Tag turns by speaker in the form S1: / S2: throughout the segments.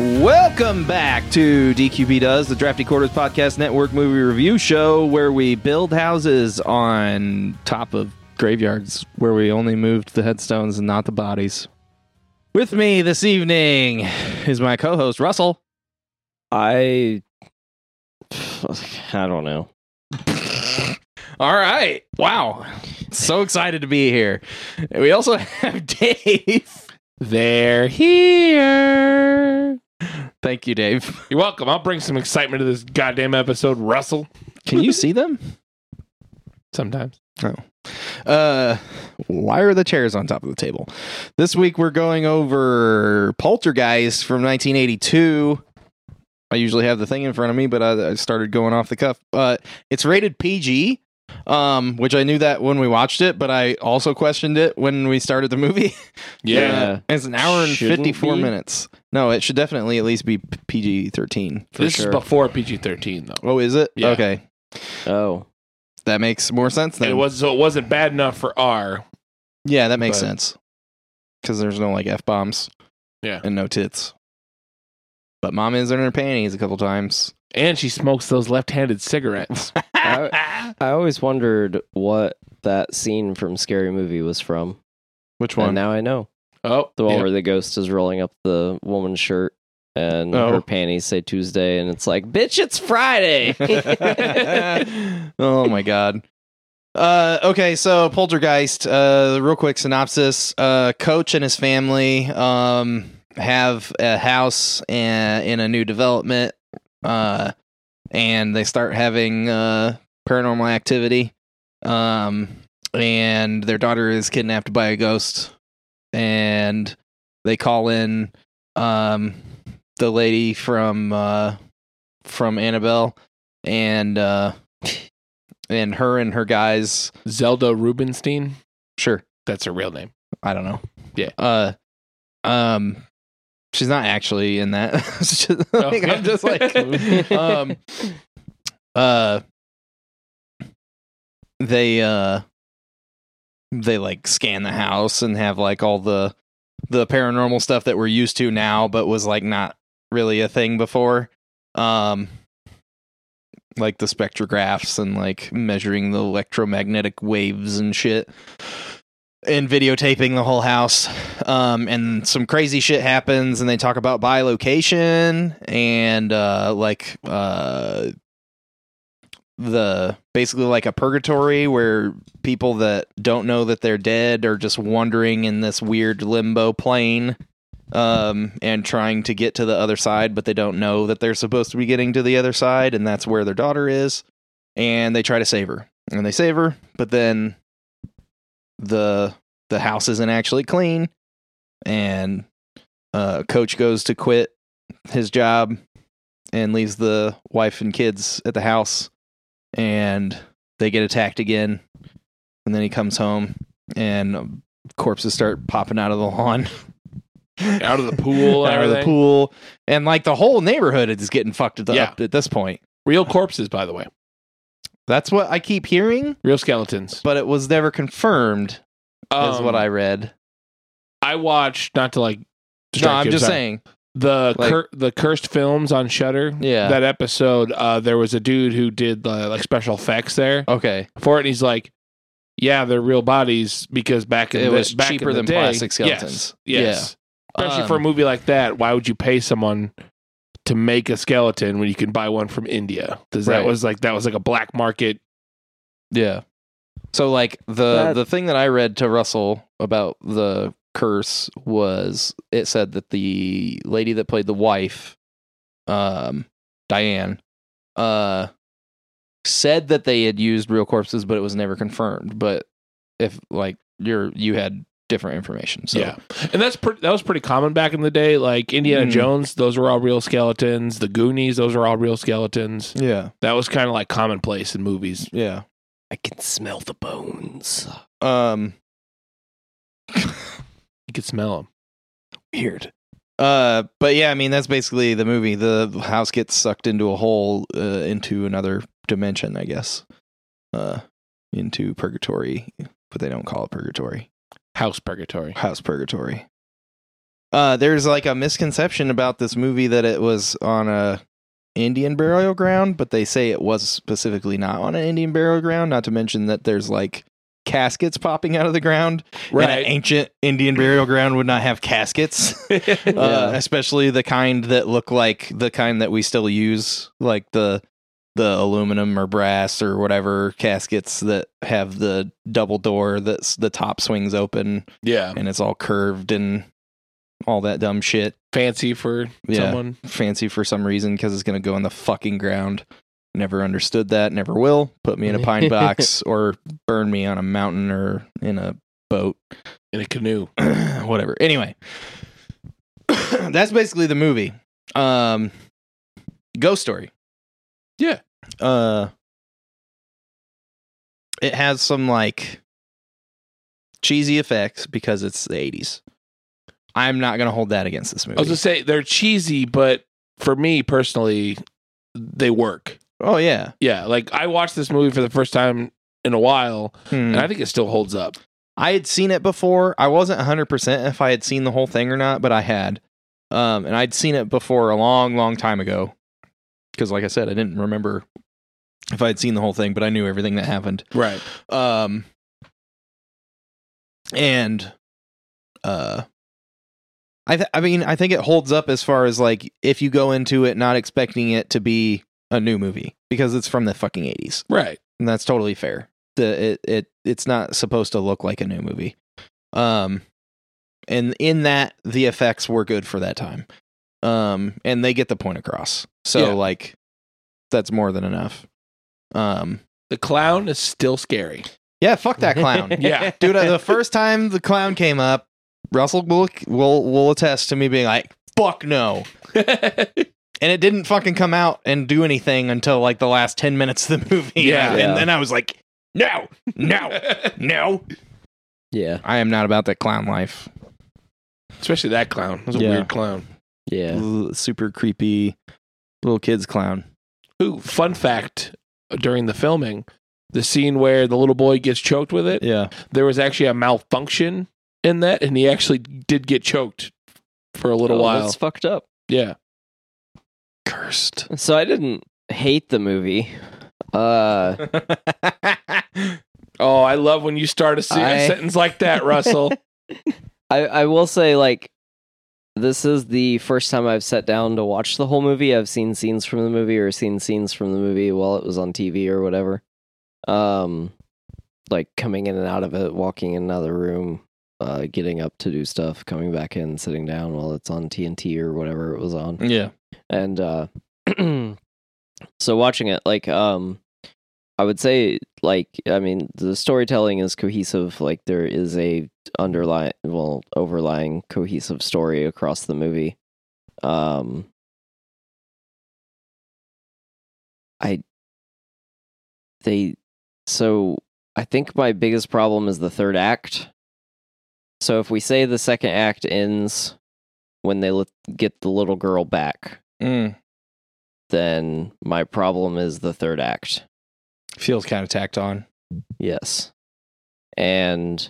S1: Welcome back to DQB Does, the Drafty Quarters Podcast Network movie review show where we build houses on top of graveyards where we only moved the headstones and not the bodies. With me this evening is my co host, Russell.
S2: I I don't know.
S1: All right. Wow. So excited to be here. We also have Dave. They're here. Thank you, Dave.
S3: You're welcome. I'll bring some excitement to this goddamn episode, Russell.
S1: Can you see them?
S3: Sometimes.
S1: Uh, why are the chairs on top of the table? This week we're going over Poltergeist from 1982. I usually have the thing in front of me, but I, I started going off the cuff. Uh, it's rated PG, um, which I knew that when we watched it, but I also questioned it when we started the movie.
S2: Yeah.
S1: it's an hour and
S2: Shouldn't
S1: 54
S2: be.
S1: minutes. No, it should definitely at least be PG 13 for
S3: this
S1: sure.
S3: is before PG 13, though.
S1: oh, is it?
S3: Yeah.
S1: Okay.
S2: Oh,
S1: That makes more sense then.
S3: It was so it wasn't bad enough for R.
S1: Yeah, that makes
S3: But-
S1: sense. Because there's no like f bombs.
S3: Yeah.
S1: and no tits. But mom is in her panties a couple times.
S3: And she smokes those left handed cigarettes.
S2: I, I always wondered what that scene from Scary Movie was from,
S1: Which
S2: and
S1: one?
S2: now I know.
S3: oh,
S2: The one
S3: yeah.
S2: where the ghost is rolling up the woman's shirt and
S1: Oh.
S2: her panties say Tuesday, and it's like, bitch, it's Friday.
S1: oh my god. Uh, okay, so Poltergeist. Uh, real quick synopsis: uh, Coach and his family um, have a house and, in a new development, uh, and they start having uh, paranormal activity. Um, and their daughter is kidnapped by a ghost, and they call in um, the lady from uh, from Annabelle, and uh, and her and her guys.
S3: Zelda Rubinstein.
S1: Sure,
S3: That's her real name.
S1: I don't know.
S3: Yeah.
S1: Uh, um, she's not actually in that. It's just- like,
S3: Okay.
S1: I'm just like, um, uh, they uh, they like scan the house and have like all the the paranormal stuff that we're used to now, but was like not really a thing before. Um, like the spectrographs and like measuring the electromagnetic waves and shit and videotaping the whole house. Um, and some crazy shit happens, and they talk about by location and uh, like uh, the basically like a purgatory where people that don't know that they're dead are just wandering in this weird limbo plane um and trying to get to the other side but they don't know that they're supposed to be getting to the other side and that's where their daughter is and they try to save her and they save her but then the the house isn't actually clean and uh coach goes to quit his job and leaves the wife and kids at the house and they get attacked again and then he comes home and um, corpses start popping out of the lawn
S3: Out of the pool and
S1: out of the
S3: everything.
S1: pool and like the whole neighborhood is getting fucked at the,
S3: Yeah.
S1: up at this point
S3: Real corpses, by the way.
S1: that's what i keep hearing
S3: Real skeletons.
S1: but it was never confirmed is
S3: Um,
S1: what i read
S3: I watched, not to like.
S1: no
S3: distract
S1: i'm
S3: you,
S1: just
S3: sorry.
S1: saying
S3: the
S1: like-
S3: cur- the cursed films on Shutter.
S1: Yeah.
S3: that episode, uh, there was a dude who did the like special effects there
S1: okay
S3: for it, and he's like, "Yeah, they're real bodies because back in
S1: It
S3: the,
S1: was
S3: back in
S1: cheaper
S3: the
S1: than
S3: day-
S1: plastic
S3: Yes,
S1: skeletons.
S3: Yes, especially
S1: Um,
S3: for a movie like that, why would you pay someone to make a skeleton when you can buy one from India? Because
S1: Right.
S3: that was like that was like a black market.
S1: Yeah. So like the
S2: That-
S1: the thing that I read to Russell about the curse was it said that the lady that played the wife um Diane uh said that they had used real corpses but it was never confirmed but if like you're you had different information so
S3: Yeah, and that's pretty. That was pretty common back in the day. Like Indiana
S1: Mm.
S3: Jones, those were all real skeletons. The Goonies, those were all real skeletons.
S1: yeah
S3: That was kind of like commonplace in movies.
S1: yeah
S2: I can smell the bones.
S1: um
S3: You could smell them.
S1: weird. Uh, but yeah, I mean that's basically the movie. The house gets sucked into a hole, uh, into another dimension, I guess, uh, into purgatory, but they don't call it purgatory.
S3: House purgatory.
S1: House purgatory. Uh, there's like a misconception about this movie that it was on a Indian burial ground, but they say it was specifically not on an Indian burial ground. Not to mention that there's like caskets popping out of the ground. And an ancient Indian burial ground would not have caskets, uh,
S2: Yeah.
S1: especially the kind that look like the kind that we still use, like the the aluminum or brass or whatever caskets that have the double door that's the top swings open
S3: yeah.
S1: and it's all curved and all that dumb shit.
S3: Fancy for
S1: Yeah.
S3: someone.
S1: Fancy for some reason because it's going to go in the fucking ground. Never understood that. Never will. Put me in a pine box or burn me on a mountain or in a boat.
S3: in a canoe.
S1: Whatever. Anyway, that's basically the movie. Um, ghost story.
S3: Yeah.
S1: Uh, it has some like cheesy effects because it's the 80s. I'm not going to hold that against this movie.
S3: I was gonna say they're cheesy, but for me personally, they work.
S1: oh, yeah.
S3: Yeah, like I watched this movie for the first time in a while,
S1: Hmm.
S3: and I think it still holds up.
S1: I had seen it before. I wasn't 100% if I had seen the whole thing or not, but I had. Um, and I'd seen it before a long, long time ago. Because, like I said, I didn't remember if I had seen the whole thing, but I knew everything that happened.
S3: Right.
S1: Um, and uh, I th- I mean I think it holds up as far as like if you go into it not expecting it to be a new movie because it's from the fucking eighties
S3: Right.
S1: and that's totally fair. The it, it it's not supposed to look like a new movie. Um and in that the effects were good for that time. Um and they get the point across. So
S3: Yeah.
S1: like that's more than enough. Um
S3: The clown is still scary.
S1: yeah, fuck that clown.
S3: Yeah.
S1: Dude, uh, the first time the clown came up, Russell will will, will attest to me being like, "Fuck no." And it didn't fucking come out and do anything until like the last 10 minutes of the movie.
S3: Yeah.
S1: And
S2: Yeah.
S1: then I was like, "No. No. No."
S2: Yeah.
S1: I am not about that clown life.
S3: Especially that clown. It was a
S1: Yeah.
S3: weird clown.
S2: Yeah.
S1: L- super creepy little kids clown.
S3: Ooh, fun fact during the filming, the scene where the little boy gets choked with it,
S1: Yeah.
S3: there was actually a malfunction in that, and he actually did get choked for a little
S2: Oh,
S3: while.
S2: That's fucked up.
S3: yeah.
S1: Cursed.
S2: So I didn't hate the movie. Uh
S3: Oh, I love when you start a, se- a
S2: I-
S3: sentence like that, Russell.
S2: I, I will say like this is the first time I've sat down to watch the whole movie. I've seen scenes from the movie or seen scenes from the movie while it was on TV or whatever. Um like coming in and out of it, walking in another room, uh getting up to do stuff, coming back in, sitting down while it's on TNT or whatever it was on
S1: yeah.
S2: and uh so watching it like um i would say like i mean the storytelling is cohesive like there is a underlying well overlying cohesive story across the movie um i they so i think my biggest problem is the third act so if we say the second act ends when they let, get the little girl back
S1: Mm.
S2: then my problem is the third act.
S1: Feels kind of tacked on.
S2: Yes. And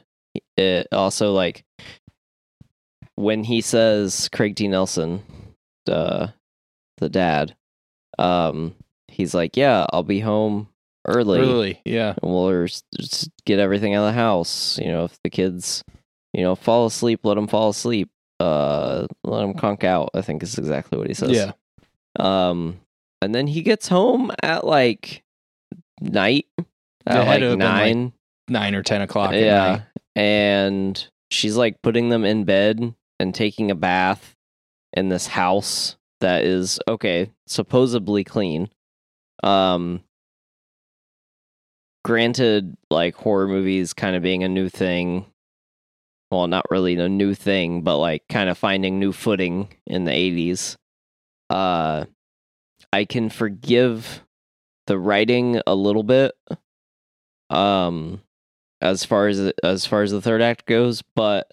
S2: it also like when he says Craig T. Nelson, uh, the dad, um, he's like, Yeah, I'll be home early.
S1: Really? Yeah.
S2: And we'll er, s- s- get everything out of the house. You know, if the kids, you know, fall asleep, let them fall asleep. Uh, let them conk out. I think is exactly what he says.
S1: Yeah.
S2: Um, and then he gets home at like night,
S1: Yeah, it
S2: at
S1: had
S2: like
S1: to have been, like,
S2: nine.
S1: Nine or ten o'clock. at
S2: yeah,
S1: night.
S2: and she's like putting them in bed and taking a bath in this house that is okay, supposedly clean. Um, granted, like horror movies kind of being a new thing. Well, not really a new thing, but like kind of finding new footing in the 80s. Uh, I can forgive the writing a little bit. Um, as far as as far as the third act goes, but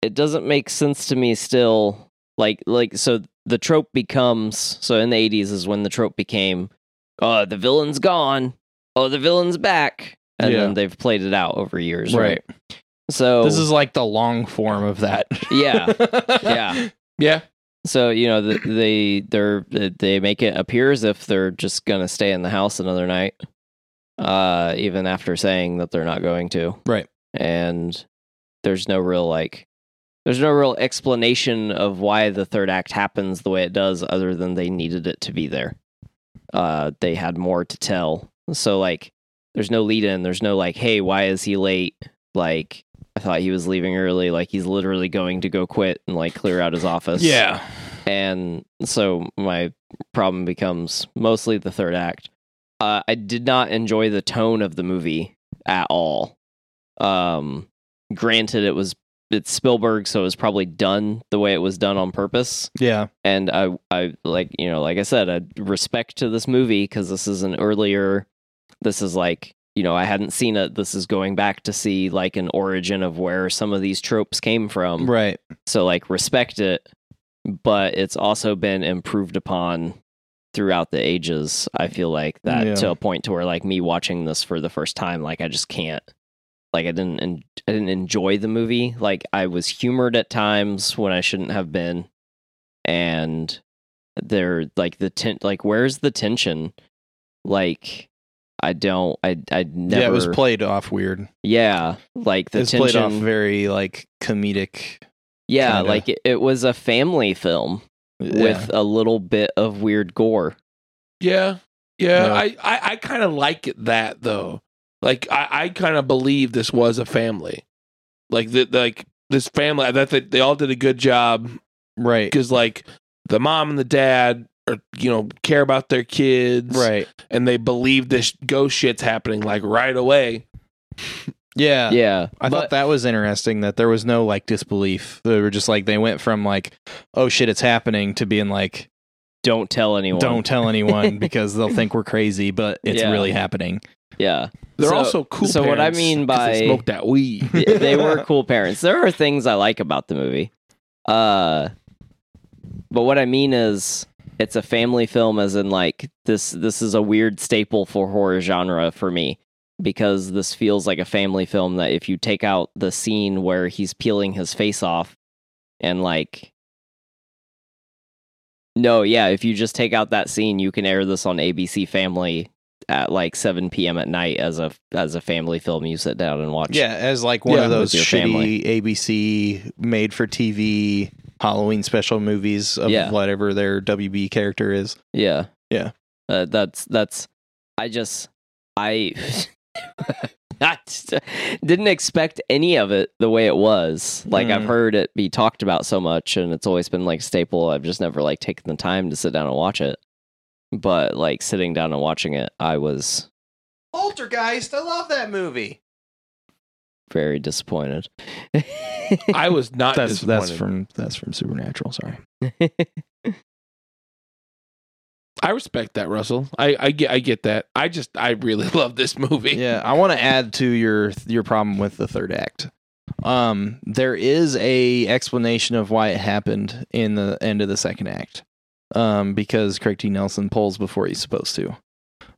S2: it doesn't make sense to me still. Like like so the trope becomes so in the 80s is when the trope became oh the villain's gone. Oh the villain's back. And
S1: Yeah.
S2: then they've played it out over years, right? So
S1: This is like the long form of that.
S2: yeah, yeah.
S3: Yeah.
S2: So you know th- they they're they make it appear as if they're just gonna stay in the house another night, uh, even after saying that they're not going to.
S1: Right.
S2: And there's no real like, there's no real explanation of why the third act happens the way it does, other than they needed it to be there. Uh, they had more to tell. So like, there's no lead in. There's no like, hey, why is he late? Like, I thought he was leaving early. Like, he's literally going to go quit and like clear out his office.
S1: Yeah.
S2: And so my problem becomes mostly the third act. Uh, I did not enjoy the tone of the movie at all. Um, granted, it was it's Spielberg, so it was probably done the way it was done on purpose.
S1: Yeah.
S2: And I, I like you know, like I said, I respect to this movie because this is an earlier. This is like you know, I hadn't seen it. This is going back to see like an origin of where some of these tropes came from.
S1: Right.
S2: So like respect it, but it's also been improved upon throughout the ages. I feel like that
S1: Yeah.
S2: to a point to where like me watching this for the first time, like I just can't. Like I didn't, en- I didn't enjoy the movie. Like I was humored at times when I shouldn't have been, and they're like the ten- like where's the tension? Like I don't, I I never.
S1: Yeah, it was played off weird.
S2: yeah, like the
S1: it was
S2: tension
S1: played off very like comedic
S2: Yeah,
S1: kinda.
S2: like it, it was a family film with a little bit of weird gore.
S3: Yeah. Yeah.
S1: Yeah.
S3: I, I, I kind of like it that though. Like I, I kind of believe this was a family. Like that like this family that they, they all did a good job
S1: right.
S3: because like the mom and the dad are you know care about their kids
S1: Right.
S3: and they believe this ghost shit's happening like right away.
S1: Yeah.
S2: yeah,
S1: Uh, I
S2: but
S1: thought that was interesting that there was no like disbelief. They were just like they went from like, oh shit, it's happening to being like,
S2: don't tell anyone.
S1: don't tell anyone because they'll think we're crazy, but it's
S2: Yeah.
S1: really happening.
S2: Yeah,
S3: They're
S2: So-
S3: also cool.
S2: so what I
S3: parents
S2: mean
S3: 'cause they
S2: by-
S3: smoke that weed.
S2: Th- they were cool parents. There are things I like about the movie, uh, but what I mean is it's a family film, as in like this. This is a weird staple for horror genre for me because this feels like a family film. That if you take out the scene where he's peeling his face off and like No, yeah. If you just take out that scene, you can air this on ABC Family at like 7 p.m. at night as a as a family film. You sit down and watch.
S1: Yeah, as like one
S3: Yeah,
S1: of
S2: with
S1: those
S2: your
S1: shitty
S2: family.
S1: ABC made for TV Halloween special movies of
S2: Yeah.
S1: whatever their WB character is.
S2: yeah,
S1: Yeah.
S2: Uh, that's that's. I just I. I just didn't expect any of it the way it was. Like I've
S1: Hmm.
S2: heard it be talked about so much, and it's always been like a staple. I've just never like taken the time to sit down and watch it. But like sitting down and watching it, I was
S1: Altergeist, I love that movie.
S2: very disappointed.
S3: I was not
S1: That's that's
S3: disappointed.
S1: from that's from Supernatural. Sorry.
S3: I respect that, Russell. I, I get I get that. I just I really love this movie.
S1: Yeah, I want to add to your your problem with the third act. Um, there is a explanation of why it happened in the end of the second act. Um, because Craig T. Nelson pulls before he's supposed to.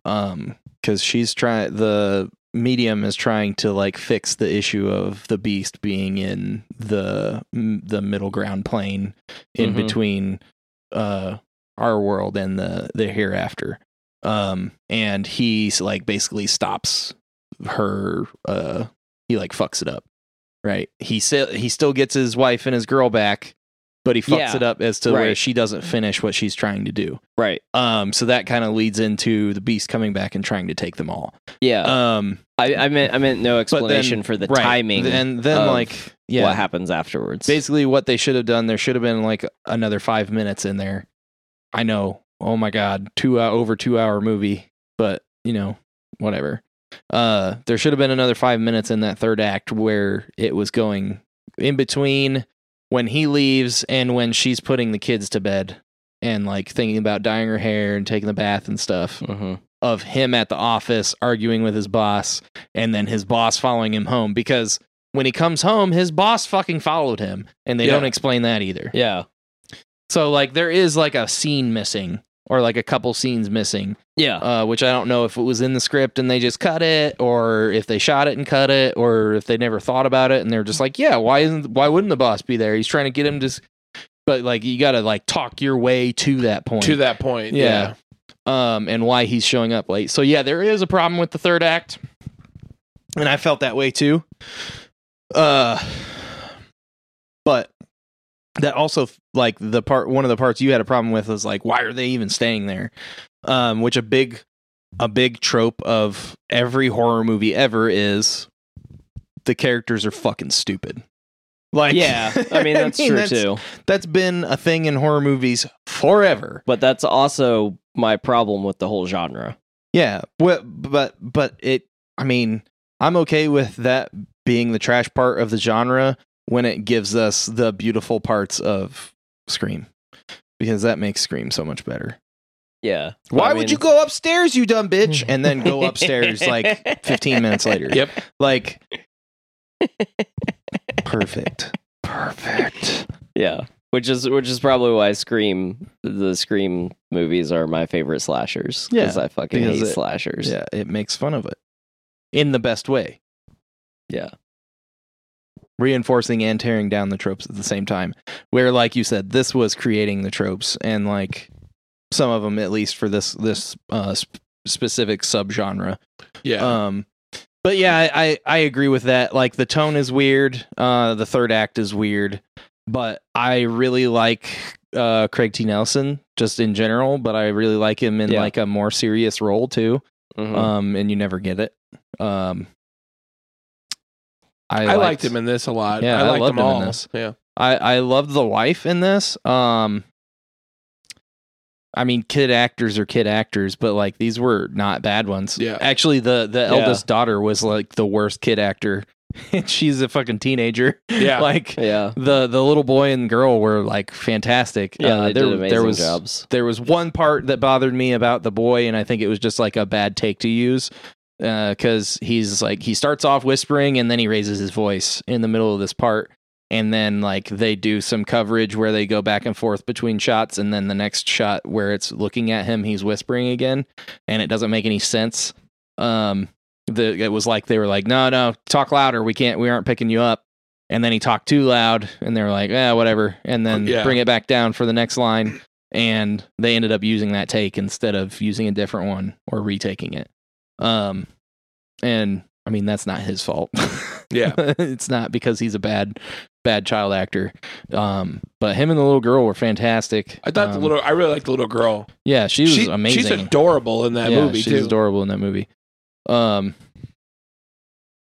S1: Um, because she's trying the medium is trying to like fix the issue of the beast being in the the middle ground plane in
S2: Mhm.
S1: between uh our world and the the hereafter um and he's like basically stops her uh he like fucks it up right he still he still gets his wife and his girl back but he fucks
S2: Yeah.
S1: it up as to where
S2: Right.
S1: she doesn't finish what she's trying to do
S2: right.
S1: um so that kind of leads into the beast coming back and trying to take them all
S2: Yeah.
S1: um
S2: I, I meant I meant no explanation for Uh, the
S1: right.
S2: timing
S1: and then
S2: of
S1: like yeah
S2: what happens afterwards.
S1: basically what they should have done there should have been like another five minutes in there i know oh my god two uh, over two hour movie but you know whatever uh there should have been another five minutes in that third act where it was going in between when he leaves and when she's putting the kids to bed and like thinking about dyeing her hair and taking the bath and stuff
S2: Mhm.
S1: of him at the office arguing with his boss and then his boss following him home because when he comes home his boss fucking followed him and they
S3: Yeah.
S1: don't explain that either
S2: Yeah.
S1: so like there is like a scene missing or like a couple scenes missing,
S2: Yeah.
S1: uh, which I don't know if it was in the script and they just cut it, or if they shot it and cut it, or if they never thought about it and they're just like, yeah, why isn't why wouldn't the boss be there? He's trying to get him to, s-" but like you got to like talk your way to that point
S3: to that point.
S1: Yeah. um, and why he's showing up late. So yeah, there is a problem with the third act, and I felt that way too. Uh, but that also like the part one of the parts you had a problem with was like why are they even staying there? Um, which a big a big trope of every horror movie ever is the characters are fucking stupid. Like
S2: yeah. I mean, that's true
S1: that's-
S2: too.
S1: That's been a thing in horror movies forever.
S2: But that's also my problem with the whole genre.
S1: Yeah, well, but but it. I mean, I'm okay with that being the trash part of the genre when it gives us the beautiful parts of Scream, because that makes Scream so much better.
S2: Yeah. But
S1: Why
S2: I
S1: would
S2: mean-
S1: you go upstairs, you dumb bitch, and then go upstairs like 15 minutes later?
S3: Yep.
S1: Like, perfect, perfect.
S2: Yeah. Which is which is probably why Scream the Scream movies are my favorite slashers. Because
S1: Yeah,
S2: I fucking
S1: because
S2: hate
S1: it-
S2: slashers.
S1: Yeah, it makes fun of it in the best way.
S2: Yeah.
S1: reinforcing and tearing down the tropes at the same time. Where, like you said, this was creating the tropes, and like some of them, at least for this this uh, sp- specific subgenre.
S3: Yeah.
S1: Um, but yeah, I, I I agree with that. Like the tone is weird. Uh, the third act is weird, but I really like uh Craig T. Nelson just in general. But I really like him in
S2: Yeah.
S1: like a more serious role too.
S3: Hmm.
S2: Mhm.
S1: Um, and you never get it. Um. I,
S3: I
S1: liked
S3: liked him in this a lot.
S1: Yeah,
S3: I
S1: I
S3: liked
S1: loved
S3: them
S1: him in
S3: all.
S1: this.
S3: Yeah.
S1: I I loved the wife in this. Um I mean kid actors are kid actors, but like these were not bad ones.
S3: Yeah.
S1: Actually the the
S2: Yeah.
S1: eldest daughter was like the worst kid actor. And she's a fucking teenager.
S3: Yeah.
S1: like
S2: yeah.
S1: the the little boy and girl were like fantastic.
S2: Yeah,
S1: Uh,
S2: they
S1: there
S2: did amazing
S1: there was
S2: jobs.
S1: there was one part that bothered me about the boy, and I think it was just like a bad take to use because he's like he starts off whispering and then he raises his voice in the middle of this part, and then like they do some coverage where they go back and forth between shots, and then the next shot where it's looking at him, he's whispering again, and it doesn't make any sense. Um, the it was like they were like, no, no, talk louder. We can't. We aren't picking you up. And then he talked too loud, and they were like, "Yeah, whatever." And then
S3: Yeah.
S1: bring it back down for the next line, and they ended up using that take instead of using a different one or retaking it. Um, and I mean that's not his fault.
S3: Yeah.
S1: it's not because he's a bad, bad child actor. Um, but him and the little girl were fantastic.
S3: I thought the
S1: Um,
S3: little. I really liked the little girl.
S1: yeah, she was
S3: She-
S1: amazing.
S3: She's adorable in that
S1: yeah,
S3: movie
S1: she's
S3: too.
S1: adorable in that movie. Um,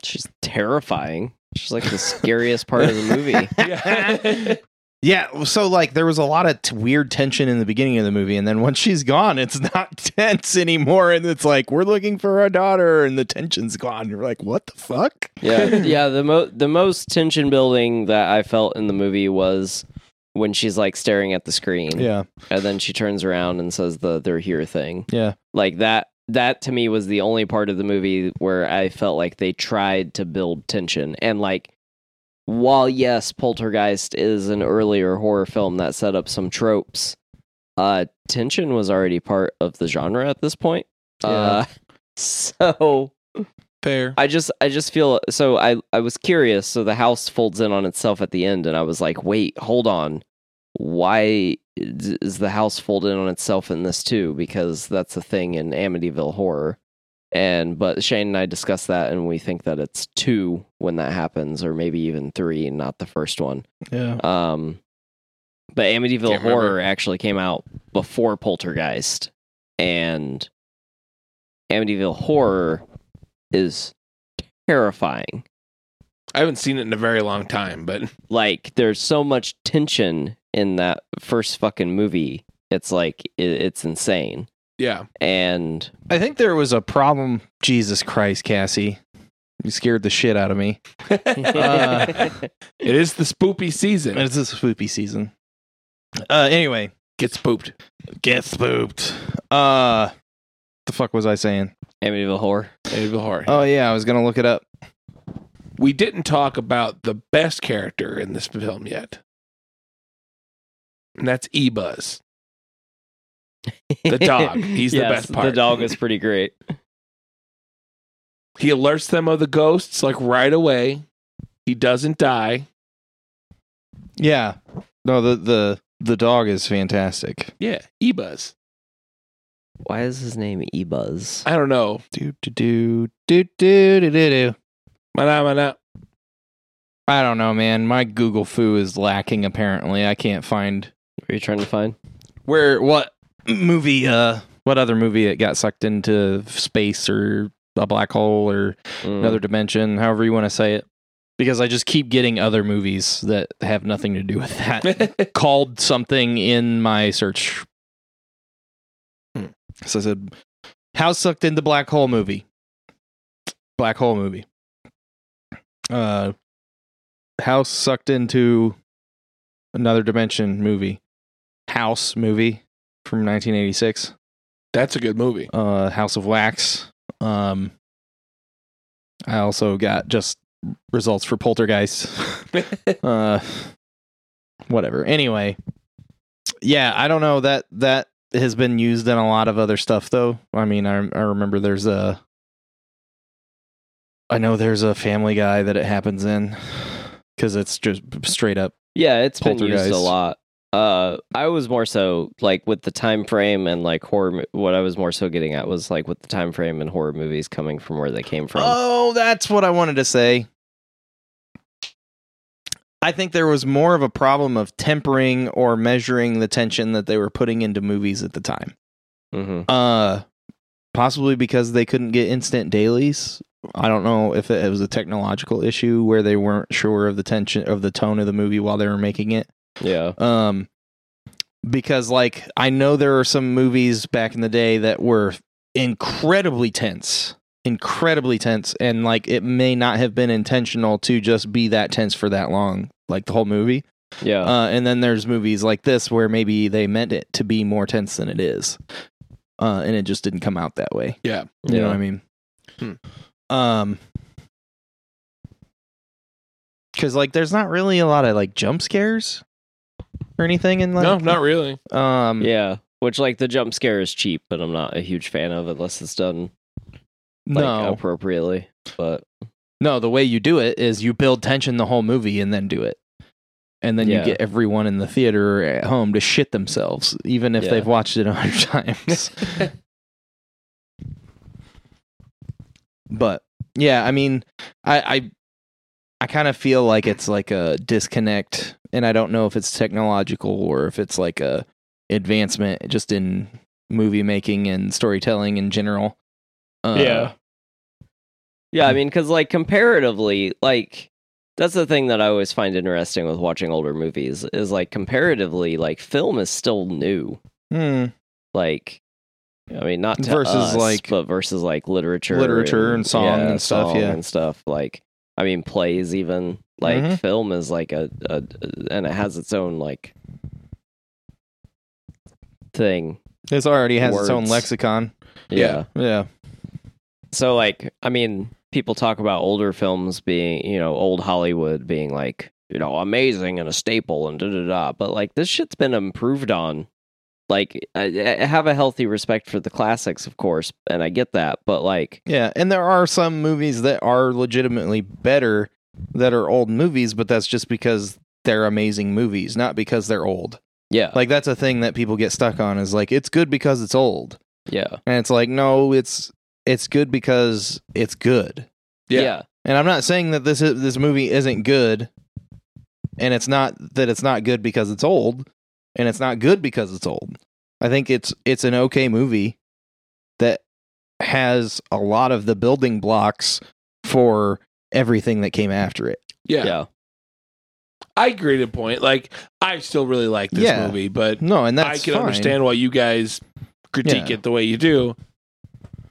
S2: She's terrifying. She's like the scariest part of the movie.
S3: Yeah.
S1: Yeah, so like there was a lot of t- weird tension in the beginning of the movie, and then once she's gone, it's not tense anymore, and it's like we're looking for our daughter, and the tension's gone. You're like, what the fuck?
S2: Yeah, yeah. The mo- the most tension building that I felt in the movie was when she's like staring at the screen,
S1: Yeah,
S2: and then she turns around and says the "they're here" thing.
S1: yeah,
S2: Like that. That to me was the only part of the movie where I felt like they tried to build tension. And like, while yes, Poltergeist is an earlier horror film that set up some tropes, uh, tension was already part of the genre at this point. Uh, so
S3: Fair.
S2: I just I just feel so I I was curious so the house folds in on itself at the end and I was like wait hold on why d- is the house folded in on itself in this too because that's a thing in Amityville horror and but Shane and I discussed that and we think that it's 2 when that happens or maybe even 3 not the first one
S1: yeah.
S2: um, but Amityville
S3: Can't
S2: Horror
S3: remember.
S2: actually came out before Poltergeist, and Amityville Horror is terrifying.
S3: I haven't seen it in a very long time, but
S2: Like, there's so much tension in that first fucking movie. It's like i it's insane,
S3: yeah.
S2: and
S1: I think there was a problem. Jesus Christ, Cassie, you scared the shit out of me. Uh,
S3: It is the spoopy season.
S1: It's a spoopy season. Uh, anyway,
S3: Get spooped.
S1: get spooped. Uh, the fuck was I saying?
S2: Amityville Horror.
S3: Amityville Horror.
S1: Oh yeah, I was gonna look it up.
S3: we didn't talk about the best character in this film yet, and that's E Buzz. The dog. He's the best
S2: The
S3: part.
S2: dog is pretty great.
S3: He alerts them of the ghosts like right away. He doesn't die.
S1: Yeah. No, the the the dog is fantastic.
S3: Yeah, Ebuzz.
S2: Why is his name E Ebuzz?
S3: I don't know.
S1: Do do do do do do do do.
S3: Mana, mana.
S1: I don't know, man. My Google foo is lacking apparently. I can't find
S2: What are you trying to find?
S1: where what movie uh what other movie it got sucked into space or a black hole or
S2: Mm.
S1: another dimension, however you want to say it. Because I just keep getting other movies that have nothing to do with that called something in my search.
S3: Hmm.
S1: So I said, How sucked into black hole movie? Black hole movie. Uh, House sucked into another dimension movie. House movie from 1986
S3: That's a good movie.
S1: uh House of Wax. Um I also got just results for Poltergeist. uh whatever. Anyway, yeah, I don't know that that has been used in a lot of other stuff though. I mean, I I remember there's a I know there's a family guy that it happens in cuz it's just straight up.
S2: Yeah, it's been used
S1: Poltergeist.
S2: a lot. Uh, I was more so like with the time frame and like horror. mo- What I was more so getting at was like with the time frame and horror movies coming from where they came from.
S1: Oh, that's what I wanted to say. I think there was more of a problem of tempering or measuring the tension that they were putting into movies at the time.
S2: hmm
S1: Uh possibly because they couldn't get instant dailies. I don't know if it was a technological issue where they weren't sure of the tension of the tone of the movie while they were making it.
S2: Yeah,
S1: Um, because like I know there are some movies back in the day that were incredibly tense, incredibly tense, and like it may not have been intentional to just be that tense for that long, like the whole movie.
S2: yeah.
S1: Uh, and then there's movies like this where maybe they meant it to be more tense than it is, uh, and it just didn't come out that way.
S3: Yeah.
S1: you
S2: Yeah.
S1: know what I mean. Um, because like there's not really a lot of like jump scares or anything in like
S3: No, not really.
S1: um
S2: yeah, which like the jump scare is cheap, but I'm not a huge fan of unless it's done like
S1: no
S2: appropriately. But
S1: no the way you do it is you build tension the whole movie and then do it and then
S2: Yeah.
S1: you get everyone in the theater or at home to shit themselves even if
S2: Yeah.
S1: they've watched it a hundred times but yeah i mean i i, I kind of feel like it's like a disconnect and i don't know if it's technological or if it's like a advancement just in movie making and storytelling in general uh,
S3: Yeah.
S2: yeah,
S1: Hmm.
S2: I mean, because like comparatively, like that's the thing that I always find interesting with watching older movies is like comparatively, like film is still new.
S1: hmm,
S2: like I mean not to
S1: Versus,
S2: us,
S1: like-
S2: but versus like literature
S1: Literature and song and stuff,
S2: song
S1: yeah.
S2: and stuff like I mean plays even like
S1: Mhm.
S2: film is like a, a and it has its own like thing
S1: this already has its own
S2: Words.
S1: lexicon
S3: Yeah.
S1: yeah
S2: so like I mean people talk about older films being you know old Hollywood being like you know amazing and a staple and da da da but like this shit's been improved on like I, I have a healthy respect for the classics of course and I get that but like
S1: Yeah, and there are some movies that are legitimately better that are old movies, but that's just because they're amazing movies, not because they're old.
S2: yeah
S1: Like that's a thing that people get stuck on is like it's good because it's old.
S2: yeah
S1: And it's like no, it's it's good because it's good.
S3: Yeah.
S1: And I'm not saying that this is, this movie isn't good and it's not that it's not good because it's old and it's not good because it's old. I think it's it's an okay movie that has a lot of the building blocks for everything that came after it.
S3: yeah.
S2: yeah yeah
S3: I agree to a point. Like, I still really like this
S1: Yeah.
S3: movie, but
S1: No, and that's
S3: I can
S1: fine.
S3: understand why you guys critique
S1: Yeah.
S3: it the way you do.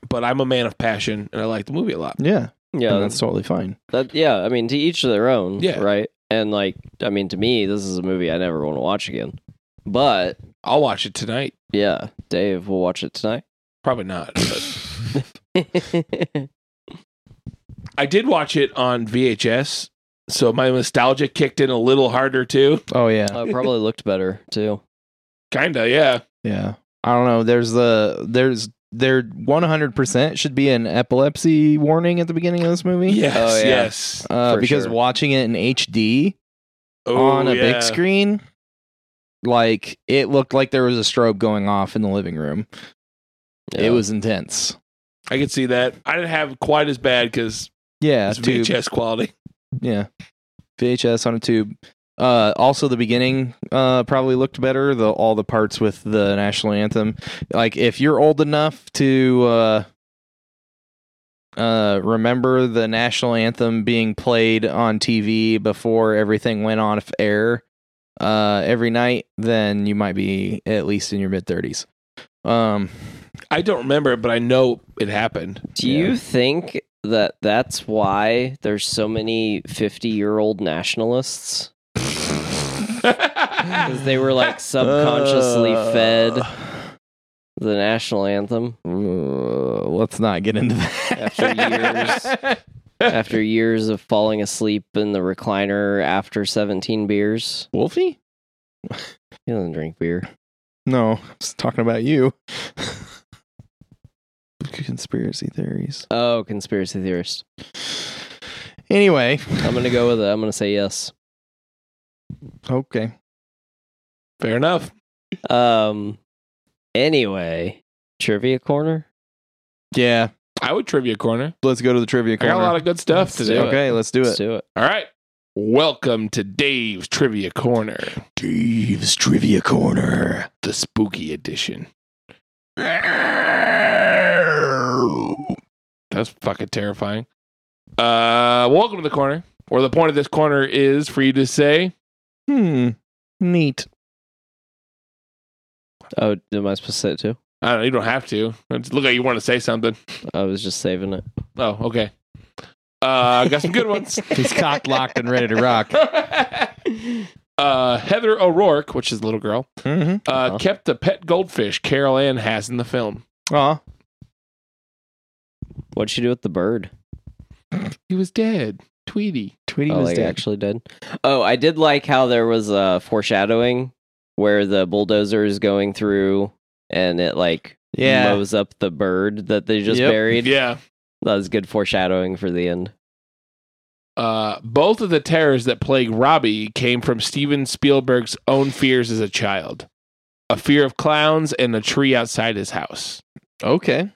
S3: But I'm a man of passion, and I like the movie a lot.
S1: Yeah,
S2: yeah
S1: and that's totally fine.
S2: that, yeah I mean to each their own
S3: Mm-hmm. Yeah.
S2: right and like I mean to me this is a movie I never want to watch again but
S3: I'll watch it tonight.
S2: yeah Dave will watch it tonight
S3: Probably not. But I did watch it on VHS, so my nostalgia kicked in a little harder too.
S1: Oh yeah,
S2: Uh, probably looked better too.
S3: Kinda, yeah.
S1: yeah. I don't know. There's the there's there 100% should be an epilepsy warning at the beginning of this movie.
S3: Yes,
S2: Oh, yeah.
S3: yes.
S1: Uh,
S2: for
S1: because
S2: sure.
S1: watching it in HD
S3: Oh,
S1: on a
S3: yeah.
S1: big screen, like it looked like there was a strobe going off in the living room.
S2: Yeah.
S1: It was intense.
S3: I could see that. I didn't have quite as bad because
S1: Yeah,
S3: it's
S1: tube.
S3: VHS quality.
S1: Yeah, VHS on a tube. Uh, also, the beginning uh, probably looked better. The all the parts with the national anthem. Like if you're old enough to uh, uh, remember the national anthem being played on TV before everything went on f- air uh, every night, then you might be at least in your mid 30s. Um,
S3: I don't remember it, but I know it happened.
S2: Do
S1: Yeah.
S2: you think that that's why there's so many 50 year old nationalists? Because they were like subconsciously
S1: uh,
S2: fed the national anthem
S1: uh, let's not get into that
S2: After years. after years of falling asleep in the recliner after 17 beers.
S1: Wolfie.
S2: He doesn't drink beer.
S1: No, I was talking about you. Conspiracy theories.
S2: Oh, conspiracy theorist.
S1: Anyway,
S2: I'm going to go with it. I'm going to say yes.
S1: okay.
S3: Fair enough.
S2: Um, anyway, trivia corner.
S1: Yeah,
S3: I would trivia corner.
S1: let's go to the trivia
S3: I got a lot of good stuff
S2: Let's
S3: to
S2: do
S3: do.
S2: it.
S1: okay, let's do
S2: Let's
S1: it.
S2: do it.
S3: All right. Welcome to Dave's Trivia Corner,
S1: Dave's trivia corner.
S3: the spooky edition. That's fucking terrifying. Uh, welcome to the corner, where the point of this corner is for you to say,
S1: Hmm. Neat.
S2: Oh, am I supposed to say it too?
S3: I don't know, you don't have to. It's- Look like you want to say something.
S2: I was just saving it.
S3: Oh, okay. Uh, I got some good ones.
S1: He's cock locked and ready to rock.
S3: uh, Heather O'Rourke, which is a little girl,
S1: Mm-hmm.
S3: uh,
S2: Uh-huh.
S3: kept the pet goldfish Carol Ann has in the film.
S1: Aw.
S2: What'd she do with the bird?
S3: He was dead. Tweety.
S1: Tweety
S2: oh,
S1: was
S2: like
S1: dead.
S2: actually dead. Oh, I did like how there was a foreshadowing where the bulldozer is going through and it like
S1: Yeah.
S2: mows up the bird that they just
S1: Yep.
S2: buried.
S3: Yeah.
S2: That was good foreshadowing for the end.
S3: Uh, both of the terrors that plague Robbie came from Steven Spielberg's own fears as a child a fear of clowns and a tree outside his house.
S1: Okay.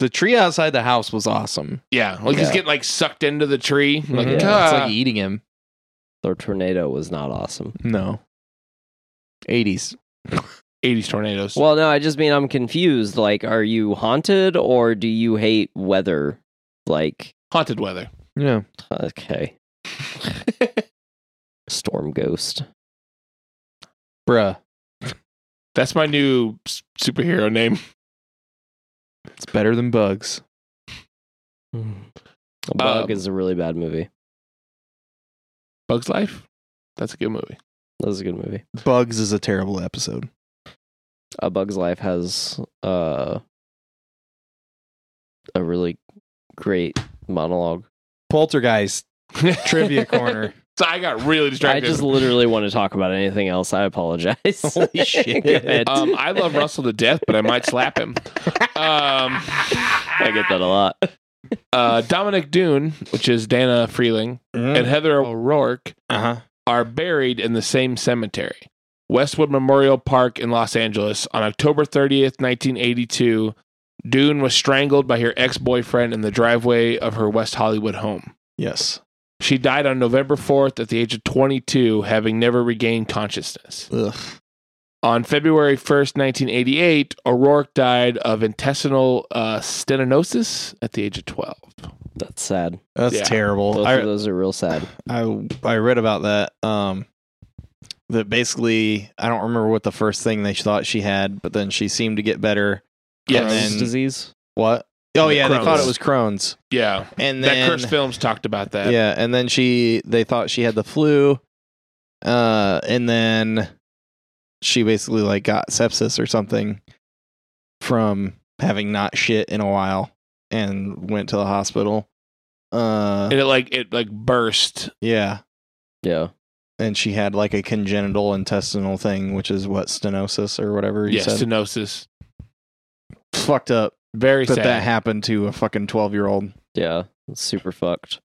S1: The tree outside the house was awesome.
S3: Yeah. Like he's
S2: Yeah.
S3: getting like sucked into the tree.
S2: Mm-hmm.
S3: Like,
S1: Mhm.
S3: "Ah."
S1: It's like eating him.
S2: The tornado was not awesome.
S1: No. 80s.
S3: 80s tornadoes.
S2: Well, no, I just mean I'm confused. Like, are you haunted or do you hate weather? Like,
S3: Haunted weather.
S1: Yeah.
S2: okay. Storm ghost.
S1: Bruh.
S3: That's my new s- superhero name.
S1: It's better than bugs.
S2: Bug
S1: Hmm.
S3: Um,
S2: is a really bad movie.
S3: Bugs Life. That's a good movie.
S2: That was a good movie.
S1: Bugs is a terrible episode.
S2: A Bug's Life has uh, a really great monologue.
S1: Poltergeist trivia corner.
S3: So I got really
S2: I
S3: distracted.
S2: just literally want to talk about anything else. I apologize.
S1: Holy shit.
S2: Go ahead.
S3: um, I love Russell to death, but I might slap him. Um,
S2: I get that a lot.
S3: uh, Dominic Dune, which is Dana Freeling,
S1: Mm.
S3: and Heather O'Rourke
S1: uh-huh.
S3: are buried in the same cemetery, Westwood Memorial Park in Los Angeles. On October 30th, 1982, Dune was strangled by her ex boyfriend in the driveway of her West Hollywood home.
S1: Yes.
S3: She died on November 4th at the age of 22, having never regained consciousness.
S1: Ugh.
S3: On February 1st, 1988, O'Rourke died of intestinal uh, stenosis at the age of 12.
S2: That's sad.
S1: That's
S3: Yeah.
S1: terrible.
S2: Both of
S1: I,
S2: those are real sad.
S1: I I read about that. Um that basically I don't remember what the first thing they thought she had, but then she seemed to get better.
S3: Yes.
S1: And then-
S2: disease.
S1: What? Oh yeah, they thought
S3: Crohn's.
S1: it was Crohn's.
S3: yeah.
S1: And then
S3: that Cursed Films talked about that.
S1: Yeah, and then she they thought she had the flu. Uh and then she basically like got sepsis or something from having not shit in a while and went to the hospital. Uh
S3: And it like it like burst.
S1: yeah,
S2: Yeah.
S1: and she had like a congenital intestinal thing, which is what stenosis or whatever you
S3: Yes,
S1: said.
S3: stenosis.
S1: It's fucked up
S3: Very
S1: that
S3: sad.
S1: that happened to a fucking 12 year old.
S2: Yeah, it's super fucked.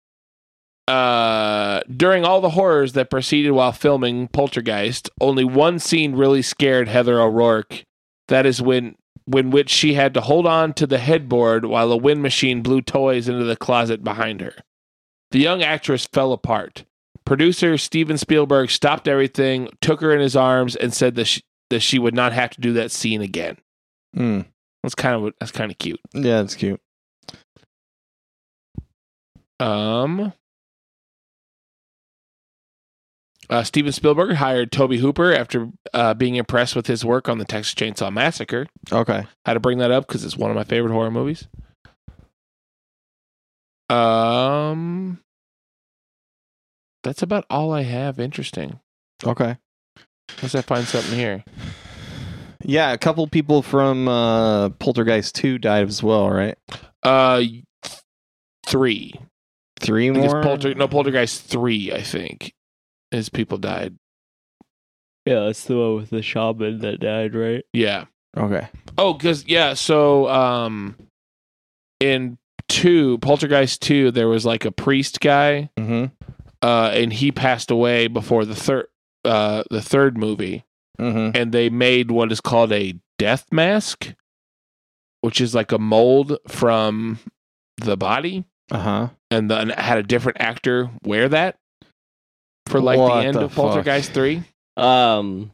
S3: uh, during all the horrors that proceeded while filming Poltergeist, only one scene really scared Heather O'Rourke. That is when when which she had to hold on to the headboard while a wind machine blew toys into the closet behind her. The young actress fell apart. Producer Steven Spielberg stopped everything, took her in his arms, and said that she, that she would not have to do that scene again.
S1: Mm.
S3: That's kind of what- that's kind of cute.
S1: Yeah, that's cute.
S3: Um, uh, Steven Spielberg hired Toby Hooper after uh, being impressed with his work on the Texas Chainsaw Massacre.
S1: Okay.
S3: Had to bring that up because it's one of my favorite horror movies. Um, that's about all I have. Interesting.
S1: Okay.
S3: Unless I find something here.
S1: Yeah, a couple people from uh, Poltergeist 2 died as well, right?
S3: Uh, three.
S1: Three
S3: I think it's
S1: more?
S3: Polter- no, Poltergeist three. I think his people died.
S2: Yeah, that's the one with the shaman that died, right?
S3: Yeah.
S1: okay.
S3: Oh, because yeah, so um, in two Poltergeist two, there was like a priest guy,
S1: Mm-hmm.
S3: uh, and he passed away before the third uh the third movie,
S1: Mm-hmm.
S3: and they made what is called a death mask, which is like a mold from the body,
S1: Uh-huh.
S3: and then had a different actor wear that for like
S1: What
S3: the end
S1: the
S3: of Poltergeist
S1: fuck?
S3: three.
S2: Um,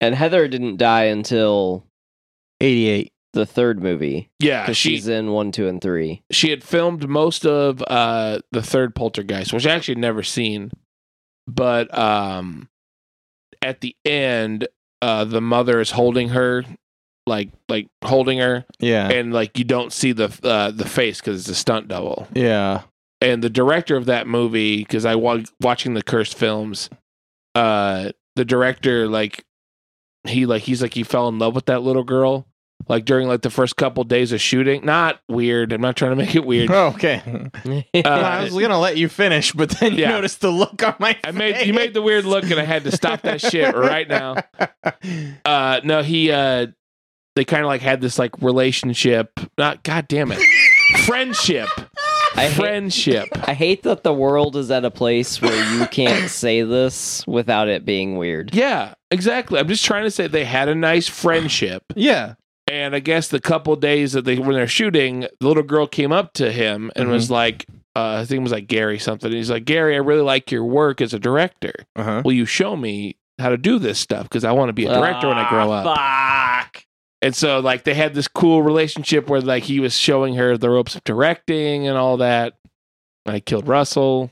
S2: and Heather didn't die until
S1: 88.
S2: the third movie
S3: Yeah,
S2: because
S3: Ah, she
S2: she's in one, two, and three.
S3: she had filmed most of uh the third poltergeist which i actually had never seen but um at the end uh the mother is holding her like like holding her
S1: Yeah.
S3: and like you don't see the uh the face because it's a stunt double
S1: Yeah.
S3: and the director of that movie because i was watching the cursed films uh the director like he like he's like he fell in love with that little girl like during like the first couple days of shooting not weird i'm not trying to make it weird
S1: Okay. I
S3: uh,
S1: was gonna let you finish, but then you
S3: Yeah.
S1: noticed the look on my.
S3: I made you made the weird look, and I had to stop that shit right now. Uh, no, he uh, they kind of like had this like relationship. Not god damn it, friendship,
S2: I hate,
S3: friendship.
S2: I hate that the world is at a place where you can't say this without it being weird.
S3: Yeah, exactly. I'm just trying to say they had a nice friendship,
S1: Yeah.
S3: and I guess the couple days that they when they're shooting, the little girl came up to him and was
S2: Mm-hmm.
S3: like, uh, I think it was like Gary something. And he's like, Gary, I really like your work as a director.
S1: Uh huh.
S3: Will you show me how to do this stuff? Because I want to be a director when I grow up.
S2: Ah, Fuck.
S3: And so like they had this cool relationship where like he was showing her the ropes of directing and all that. I killed Russell.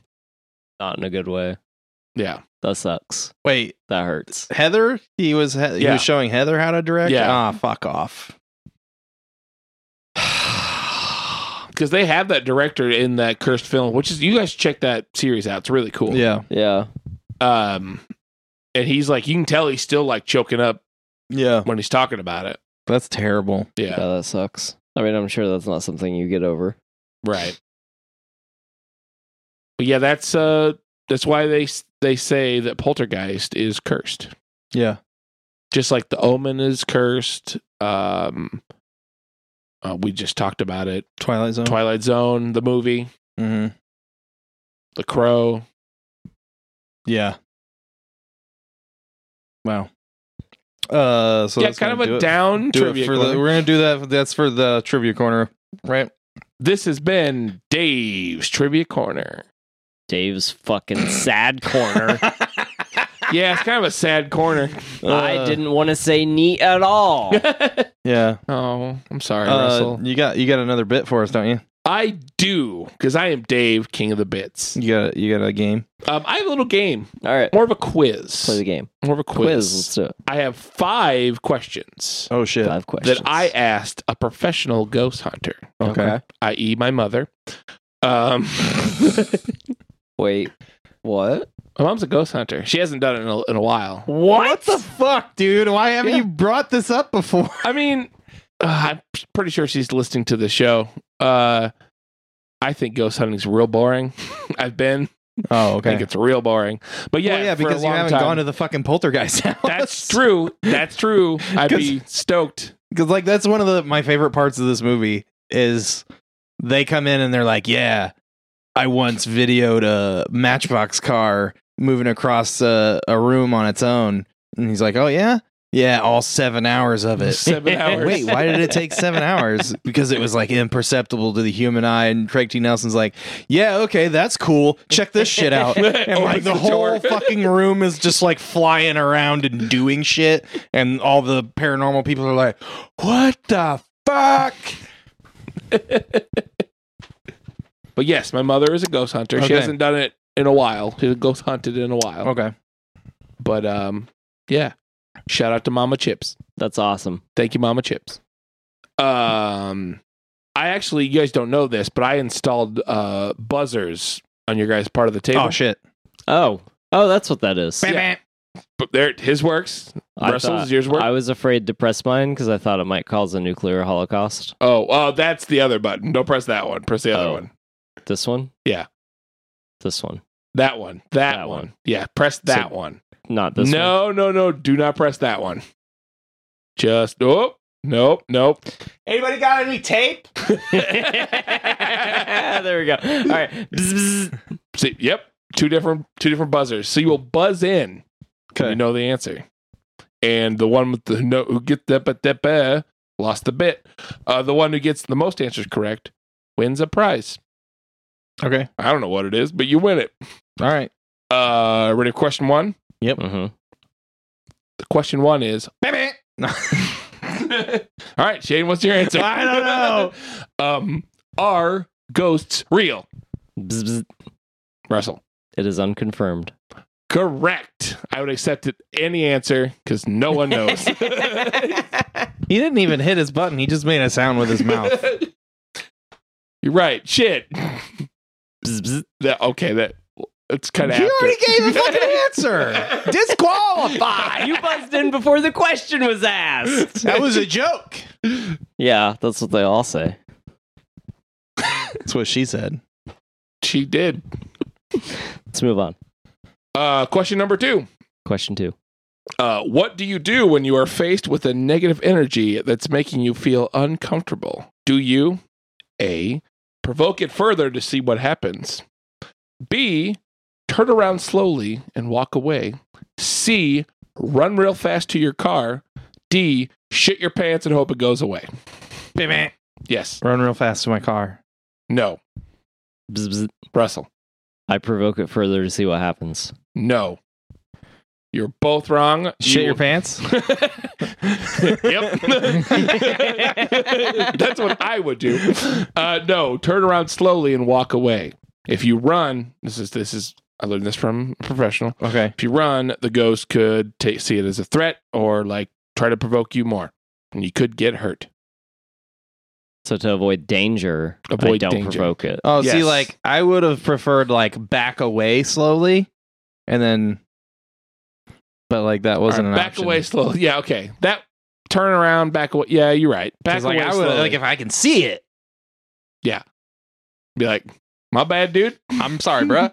S2: Not in a good way.
S3: Yeah.
S2: That sucks.
S1: Wait,
S2: That hurts.
S1: Heather. He was he-, he
S3: Yeah.
S1: was showing Heather how to direct.
S3: Yeah.
S1: Ah, fuck off.
S3: Cuz they have that director in that cursed film, which is you guys check that series out. It's really cool.
S1: Yeah.
S2: Yeah.
S3: Um and he's like you can tell he's still like choking up
S1: Yeah.
S3: when he's talking about it.
S1: That's terrible.
S2: yeah.
S3: Yeah.
S2: That sucks. I mean, I'm sure that's not something you get over.
S3: Right. But yeah, that's uh that's why they s- they say that Poltergeist is cursed.
S1: Yeah.
S3: just like the omen is cursed um uh, we just talked about it
S1: Twilight Zone.
S3: twilight zone the movie
S1: hmm
S3: the crow
S1: Yeah. Wow. Uh. So
S3: yeah
S1: that's
S3: kind of
S1: gonna do
S3: a
S1: it-
S3: down
S1: do it
S3: trivia
S1: for the-
S3: corner.
S1: We're gonna do that. That's for the trivia corner, right?
S3: this has been dave's trivia corner
S2: Dave's fucking sad corner.
S3: yeah it's kind of a sad corner
S2: I
S1: Uh,
S2: didn't want to say neat at all.
S1: Yeah.
S3: oh i'm sorry
S1: Uh,
S3: russell
S1: you got you got another bit for us, don't you?
S3: i do because i am dave king of the bits
S1: You got you got a game.
S3: um, i have a little game
S2: all right.
S3: more of a
S2: Play
S3: quiz
S2: the game.
S3: more of a
S2: Quiz.
S3: quiz
S2: Let's do it.
S3: i have five questions
S1: Oh shit.
S2: Five questions.
S3: that i asked a professional ghost hunter
S1: Okay.
S3: i.e., my mother. Um,
S2: Wait. What?
S3: my mom's a ghost hunter. She hasn't done it in a, in a while.
S1: What? the fuck, dude? Why haven't
S3: Yeah.
S1: you brought this up before?
S3: I mean, uh, I'm pretty sure she's listening to the show. Uh, I think ghost hunting's real boring. I've been.
S1: Oh,
S3: I think
S1: okay.
S3: it's real boring. But yeah,
S1: Well, yeah,
S3: for a
S1: because you
S3: long
S1: haven't
S3: time-
S1: gone to the fucking poltergeist house.
S3: That's true. That's true. I'd
S1: 'Cause-
S3: be stoked.
S1: Because like that's one of the my favorite parts of this movie is they come in and they're like, "Yeah, I once videoed a Matchbox car moving across a, a room on its own," and he's like, "Oh yeah, yeah, all seven hours of it."
S3: Seven hours.
S1: Wait, why did it take seven hours? Because it was like imperceptible to the human eye. And Craig T. Nelson's like, "Yeah, okay, that's cool. Check this shit out." And like
S3: Opens
S1: the, whole
S3: door.
S1: fucking room is just like flying around and doing shit, and all the paranormal people are like, "What the fuck?"
S3: But yes, my mother is a ghost hunter. She
S1: Okay.
S3: hasn't done it in a while. She's ghost hunted in a while.
S1: Okay,
S3: But um, yeah. Shout out to Mama Chips.
S2: That's awesome.
S3: Thank you, Mama Chips. Um, I actually, you guys don't know this, but I installed uh buzzers on your guys' part of the table.
S1: oh shit,
S2: Oh, oh, that's what that is.
S3: Bam, bam. But there, his works.
S2: I
S3: Russell's,
S2: thought-
S3: yours work.
S2: I was afraid to press mine because I thought it might cause a nuclear holocaust.
S3: oh, oh, that's the other button. Don't press that one. Press the other
S2: Oh.
S3: one.
S2: This one?
S3: Yeah.
S2: This one.
S3: That one. That,
S2: That
S3: one.
S2: one.
S3: Yeah. Press that
S2: So-
S3: one.
S2: Not this one.
S3: no, no, no. Do not press that one. Just oh nope, nope.
S1: anybody got any tape?
S2: there we go. All right. Bzz, bzz.
S3: See, yep. Two different two different buzzers. So you will buzz in. 'cause
S1: Okay.
S3: You know the answer. And the one with the no who get the but that bah, lost the bit. Uh, the one who gets the most answers correct wins a prize.
S1: Okay,
S3: I don't know what it is, but you win it.
S1: all right.
S3: Uh ready for question one?
S2: Mhm.
S3: Mm-hmm. The question one is
S1: Bam, bam.
S3: All right, Shane, what's your answer?
S1: I don't know.
S3: um, are ghosts real?
S2: Bzz, bzz.
S3: Russell.
S2: It is unconfirmed.
S3: Correct. I would accept it any answer because no one knows.
S1: He didn't even hit his button. He just made a sound with his mouth.
S3: You're right. Shit.
S2: Bzz, bzz.
S3: That, okay, that it's
S1: You
S3: kind of.
S1: already gave a fucking answer. Disqualified.
S2: You buzzed in before the question was asked.
S1: That was a joke.
S2: Yeah, that's what they all say.
S1: That's what she said.
S3: She did.
S2: Let's move on.
S3: Uh, question number two.
S2: Question two.
S3: Uh, what do you do when you are faced with a negative energy that's making you feel uncomfortable? Do you A, provoke it further to see what happens? B, turn around slowly and walk away? C, run real fast to your car? D, shit your pants and hope it goes away?
S1: Bam, bam.
S3: Yes.
S1: Run real fast to my car.
S3: No.
S2: Bzz, bzz.
S3: Russell.
S2: I provoke it further to see what happens.
S3: No. You're both wrong.
S1: Shit
S3: You-
S1: your pants.
S3: yep. That's what I would do. Uh, no, turn around slowly and walk away. If you run, this is this is I learned this from a professional.
S1: Okay.
S3: If you run, the ghost could ta see it as a threat or like try to provoke you more, and you could get hurt.
S2: So to avoid danger, I
S3: Avoid
S2: don't
S3: danger.
S2: provoke it.
S1: Oh, see,
S3: Yes.
S1: like I would have preferred like back away slowly, and then, but like that wasn't an
S3: All right, back
S1: option.
S3: away slowly. Yeah, okay. That turn around, back away. Yeah, you're right. Back
S1: 'Cause, like
S3: away
S1: I would
S3: slowly.
S1: like if I can see it.
S3: be like, my bad, dude.
S1: I'm sorry, bro.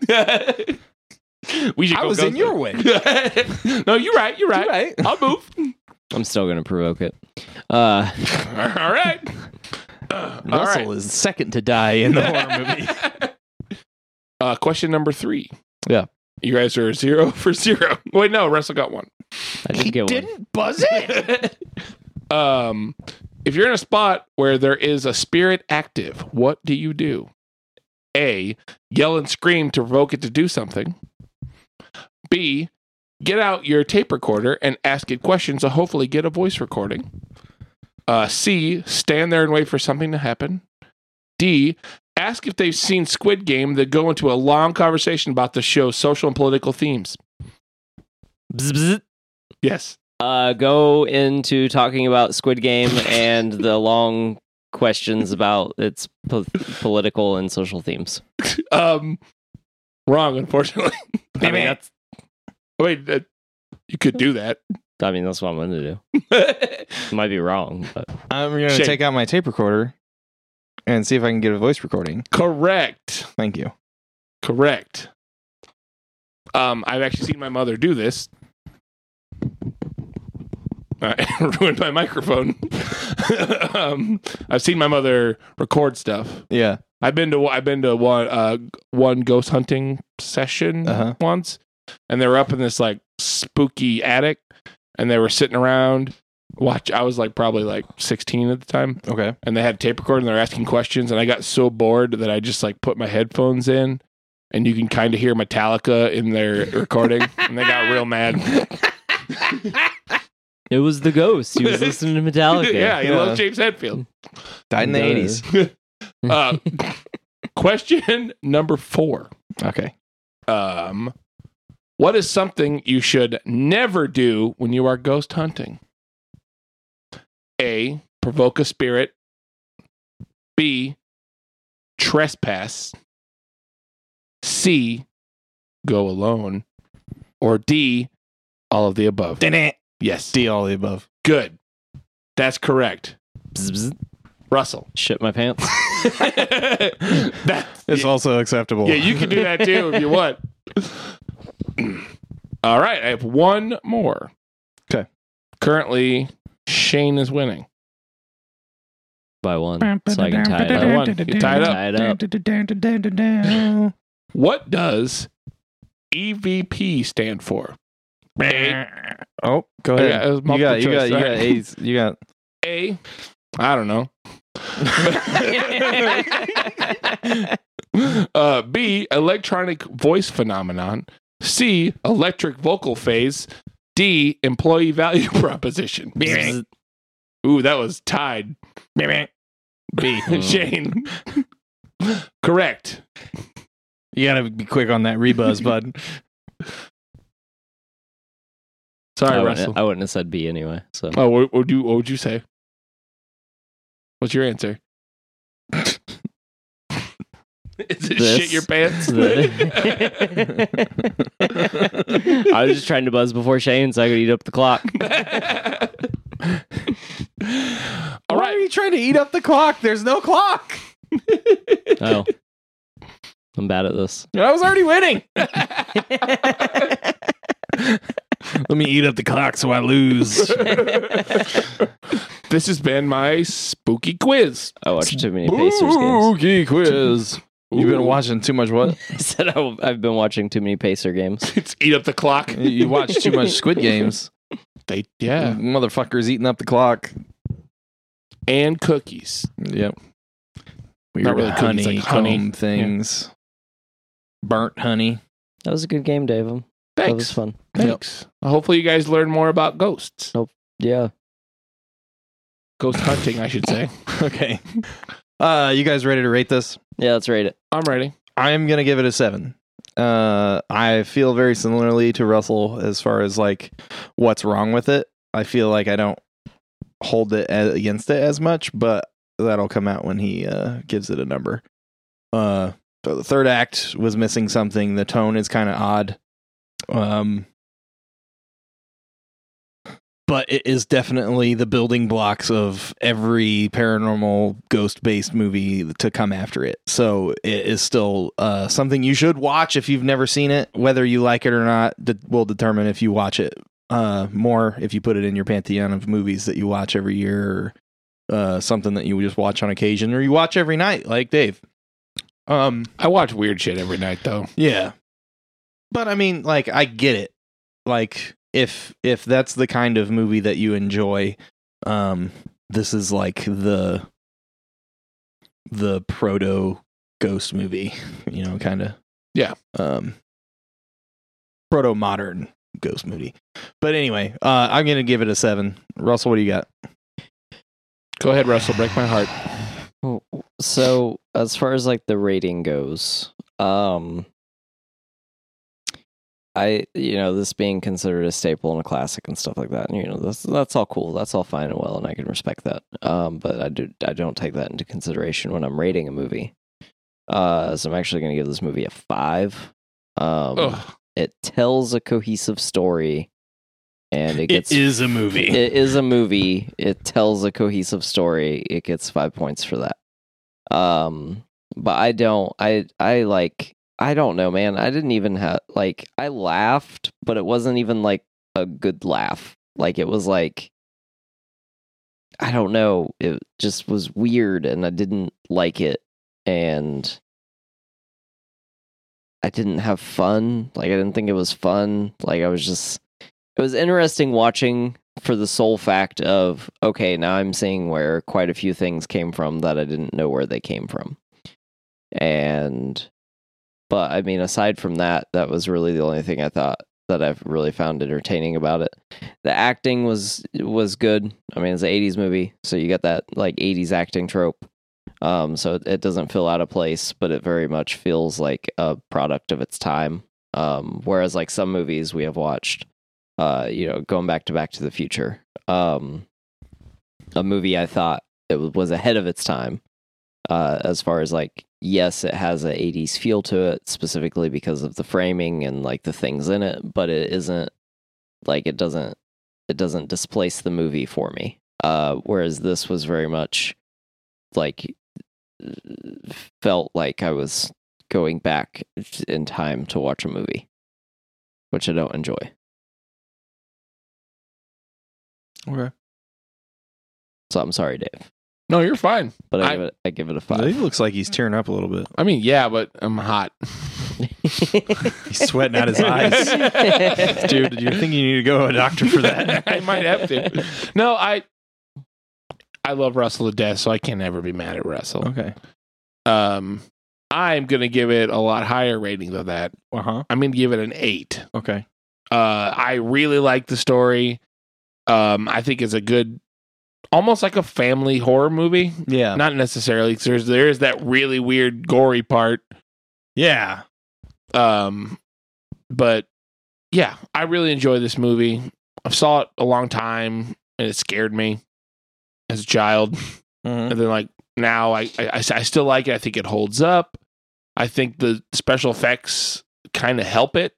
S3: we should.
S1: I
S3: go
S1: was in
S3: ghost
S1: your
S3: hunting.
S1: way.
S3: no, you're right. You're right.
S1: right.
S3: I'll move.
S2: I'm still going to provoke it. Uh,
S3: All right. Uh, all
S1: Russell
S3: right.
S1: is second to die in the horror movie.
S3: Uh, question number three.
S1: Yeah.
S3: You guys are zero for zero. Wait, no, Russell got one.
S2: I did get one.
S1: buzz it.
S3: um, if you're in a spot where there is a spirit active, what do you do? A, yell and scream to provoke it to do something. B, get out your tape recorder and ask it questions to hopefully get a voice recording. Uh, C, stand there and wait for something to happen. D, ask if they've seen Squid Game, then go into a long conversation about the show's social and political themes.
S2: Bzz, bzz.
S3: Yes.
S2: Uh, go into talking about Squid Game and the long questions about its po- political and social themes.
S3: Um, wrong, unfortunately.
S2: I mean, that's,
S3: Wait, uh, you could do that.
S2: I mean, that's what I'm going to do. Might be wrong, but
S1: I'm gonna
S3: Shake.
S1: take out my tape recorder and see if I can get a voice recording.
S3: Correct.
S1: Thank you.
S3: Correct. Um, I've actually seen my mother do this. I ruined my microphone. um, I've seen my mother record stuff.
S1: Yeah.
S3: I've been to I've been to one uh, one ghost hunting session
S1: Uh-huh.
S3: once, and they were up in this like spooky attic, and they were sitting around. Watch, I was like probably like sixteen at the time,
S1: Okay.
S3: and they had a tape recorder and they're asking questions and i got so bored that i just like put my headphones in and you can kind of hear metallica in their recording and they got real mad
S2: It was the ghost. He was listening to Metallica.
S3: yeah you
S1: Yeah.
S3: love james hetfield
S1: Died in the
S2: Duh.
S1: eighties.
S3: uh, question number four
S1: Okay.
S3: um what is something you should never do when you are ghost hunting a provoke a spirit b trespass c go alone or d all of the above
S1: Didn't
S3: yes
S1: D all the above.
S3: good that's correct
S2: Bzz, bzz,
S3: russell
S2: shit my pants.
S3: That-
S1: It's also acceptable.
S3: Yeah, you can do that too if you want. All right, I have one more.
S1: 'Kay.
S3: Currently, Shane is winning.
S2: By one. So I can tie it up.
S3: By one. You tie it up.
S2: Tie it up.
S3: What does EVP stand for? A.
S1: oh, go
S3: I
S1: ahead.
S3: got- it was
S1: you got, you
S3: multiple
S1: got, you
S3: choice,
S1: got
S3: sorry.
S1: A's. You got.
S3: A. I don't know. uh, B. Electronic voice phenomenon. C. Electric vocal phase. D. Employee value proposition.
S2: Bzz.
S3: Ooh, that was tied. B.
S2: Hmm.
S3: Shane. Correct.
S1: You got to be quick on that rebuzz, bud.
S3: Sorry,
S2: I,
S3: Russell.
S2: wouldn't, I wouldn't have said B anyway. So
S3: oh, what, what, do you, what would you say? What's your answer? Is it
S2: This.
S3: shit your pants?
S2: I was just trying to buzz before Shane so I could eat up the clock.
S3: All
S1: Why are
S3: right.
S1: you trying to eat up the clock? There's no clock.
S2: Oh. I'm bad at this.
S1: I was already winning. Let me eat up the clock so I lose.
S3: This has been my spooky quiz.
S2: I watched too many Pacers games.
S1: quiz. You've been watching too much what?
S2: I said I, have been watching too many Pacer games.
S3: It's eat up the clock.
S1: You- You watch too much Squid Games.
S3: They yeah,
S1: Motherfuckers eating up the clock.
S3: and cookies.
S1: Yep. Weird
S3: Not really cookies,
S1: honey,
S3: like honey.
S1: comb things. Burnt honey.
S2: That was a good game, Dave. Um, That was
S3: Thanks.
S2: fun.
S3: Thanks. Hopefully, you guys learn more about ghosts.
S2: Yeah.
S3: Ghost hunting, I should say.
S1: Okay. Uh, you guys ready to rate this?
S2: Yeah, let's rate it.
S3: I'm ready.
S1: I'm gonna give it a seven. Uh, I feel very similarly to Russell as far as like what's wrong with it. I feel like I don't hold it a- against it as much, but that'll come out when he uh, gives it a number. Uh, so the third act was missing something. The tone is kind of odd. Um, but it is definitely the building blocks of every paranormal ghost based movie to come after it. So it is still uh, something you should watch if you've never seen it. Whether you like it or not de- will determine if you watch it uh, more, if you put it in your pantheon of movies that you watch every year or uh, something that you just watch on occasion or you watch every night, like Dave. Um,
S3: I watch weird shit every night, though.
S1: yeah. But I mean, like I get it. Like if if that's the kind of movie that you enjoy, um this is like the the proto ghost movie, you know, kind of.
S3: Yeah.
S1: Um proto modern ghost movie. But anyway, uh I'm going to give it a 7. Russell, what do you got?
S3: Go ahead, Russell. Break my heart.
S2: So as far as like the rating goes, um I you know, this being considered a staple and a classic and stuff like that, and you know, that's that's all cool. That's all fine and well and I can respect that. Um, but I do I don't take that into consideration when I'm rating a movie. Uh so I'm actually gonna give this movie a five. Um
S3: Ugh.
S2: it tells a cohesive story and it gets
S1: is a movie.
S2: it is a movie. It tells a cohesive story. It gets five points for that. Um, but I don't. I I like I don't know, man. I didn't even have like I laughed, but it wasn't even like a good laugh. Like it was like I don't know. It just was weird and I didn't like it and I didn't have fun. Like I didn't think it was fun. Like I was just it was interesting watching for the sole fact of okay, now I'm seeing where quite a few things came from that I didn't know where they came from. And but I mean, aside from that, that was really the only thing I thought that I've really found entertaining about it. The acting was was good. I mean, it's an '80s movie, so you got that like '80s acting trope. Um, so it, it doesn't feel out of place, but it very much feels like a product of its time. Um, whereas like some movies we have watched, uh, you know, going back to Back to the Future, um, a movie I thought it was ahead of its time uh, as far as like yes it has a 80s feel to it specifically because of the framing and like the things in it but it isn't like it doesn't it doesn't displace the movie for me uh whereas this was very much like felt like i was going back in time to watch a movie which i don't enjoy
S1: Okay.
S2: so i'm sorry dave
S3: No, you're fine.
S2: but i,
S3: I-
S2: give it i give it
S4: He
S2: a five
S4: looks like he's tearing up a little bit.
S3: I mean, yeah, but I'm hot.
S4: He's sweating out his eyes. Dude, you think you need to go to a doctor for that?
S3: I might have to. No, I I love Russell to death, so I can never be mad at Russell.
S4: Okay.
S3: Um I'm gonna give it a lot higher rating than that.
S4: Uh
S1: Uh-huh.
S4: huh.
S3: I'm gonna give it an eight.
S4: Okay.
S3: Uh, I really like the story. Um, I think it's a good, almost like a family horror movie.
S1: Yeah.
S3: Um, Not necessarily 'cause there's there is that really weird gory part.
S4: Yeah.
S3: Um, but yeah, I really enjoy this movie. I saw it a long time and it scared me as a child.
S1: Mhm.
S3: And then like now, I, I I still like it. I think it holds up. I think the special effects kind of help it.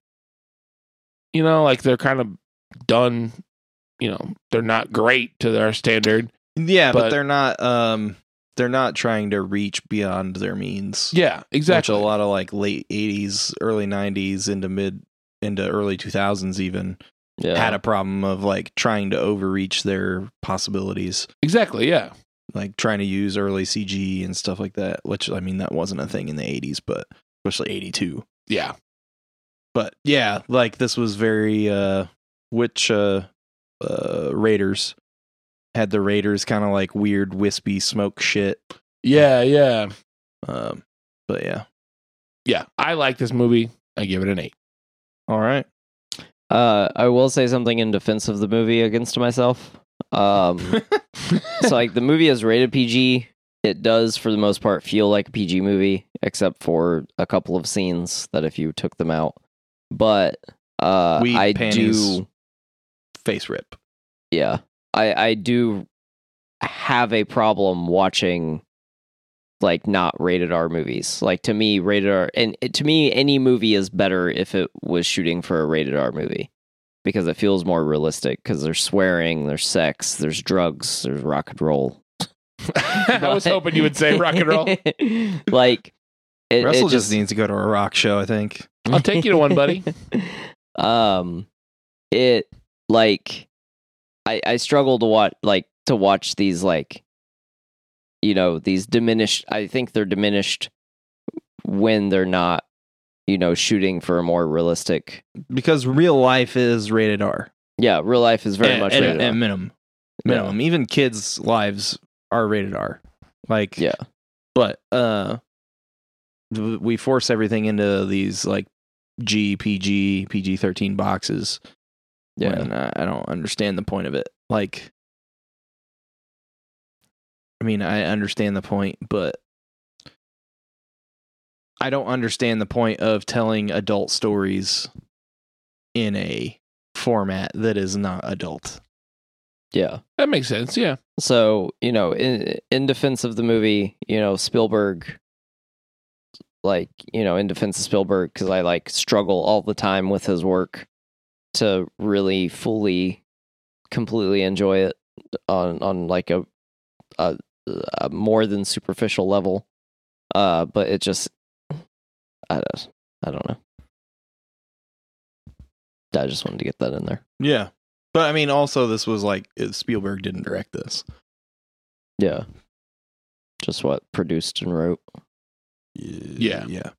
S3: You know, like they're kind of done. You know, they're not great to their standard.
S1: Yeah, but,
S3: but-
S1: they're not um they're not trying to reach beyond their means.
S3: Yeah,
S1: Which a lot of like late 80s, early 90s into mid into early 2000s even
S2: yeah.
S1: had a problem of like trying to overreach their possibilities,
S3: Exactly. Yeah.
S1: like trying to use early CG and stuff like that, which I mean that wasn't a thing in the 80s, but especially 82.
S3: Yeah.
S1: But yeah, like this was very uh which uh uh Raiders had the Raiders kind of like weird wispy smoke shit.
S3: Yeah. Yeah.
S1: Um but yeah.
S3: Yeah. I like this movie. I give it an eight.
S1: All right.
S2: Uh, I will say something in defense of the movie against myself. Um,
S3: Mm-hmm.
S2: so like the movie is rated PG. It does, for the most part, feel like a PG movie, except for a couple of scenes that if you took them out. But uh,
S1: Weed,
S2: I
S1: panties.
S2: do,
S1: Face rip.
S2: yeah, I I do have a problem watching like not rated R movies. Like to me, rated R, and it- to me, any movie is better if it was shooting for a rated R movie because it feels more realistic because there's swearing, there's sex, there's drugs, there's rock and roll.
S3: I was hoping you would say rock and roll.
S2: like it,
S1: Russell
S2: it
S1: just, needs to go to a rock show, I think.
S3: I'll take you to one, buddy.
S2: um it like I I struggle to watch like to watch these like you know, these diminished I think they're diminished when they're not, you know, shooting for a more realistic
S1: Because real life is rated R.
S2: yeah, real life is very
S1: At-
S2: much
S1: at,
S2: rated
S1: at
S2: R.
S1: minimum. Minimum. Even kids' lives are rated R. Like
S2: Yeah.
S1: But uh w- we force everything into these like G, PG, PG thirteen boxes.
S2: Yeah.
S1: when I, I don't understand the point of it. Like I mean, I understand the point, but I don't understand the point of telling adult stories in a format that is not adult.
S2: yeah.
S3: That makes sense. Yeah.
S2: So, you know, in in defense of the movie, you know, Spielberg like, you know, in defense of Spielberg cuz I like struggle all the time with his work to really fully completely enjoy it on on like a a, a more than superficial level. Uh but it just I, I don't know. I just wanted to get that in there.
S4: Yeah. But I mean, also, this was like it- Spielberg didn't direct this.
S2: Yeah. Just what produced and wrote.
S4: Yeah. Yeah.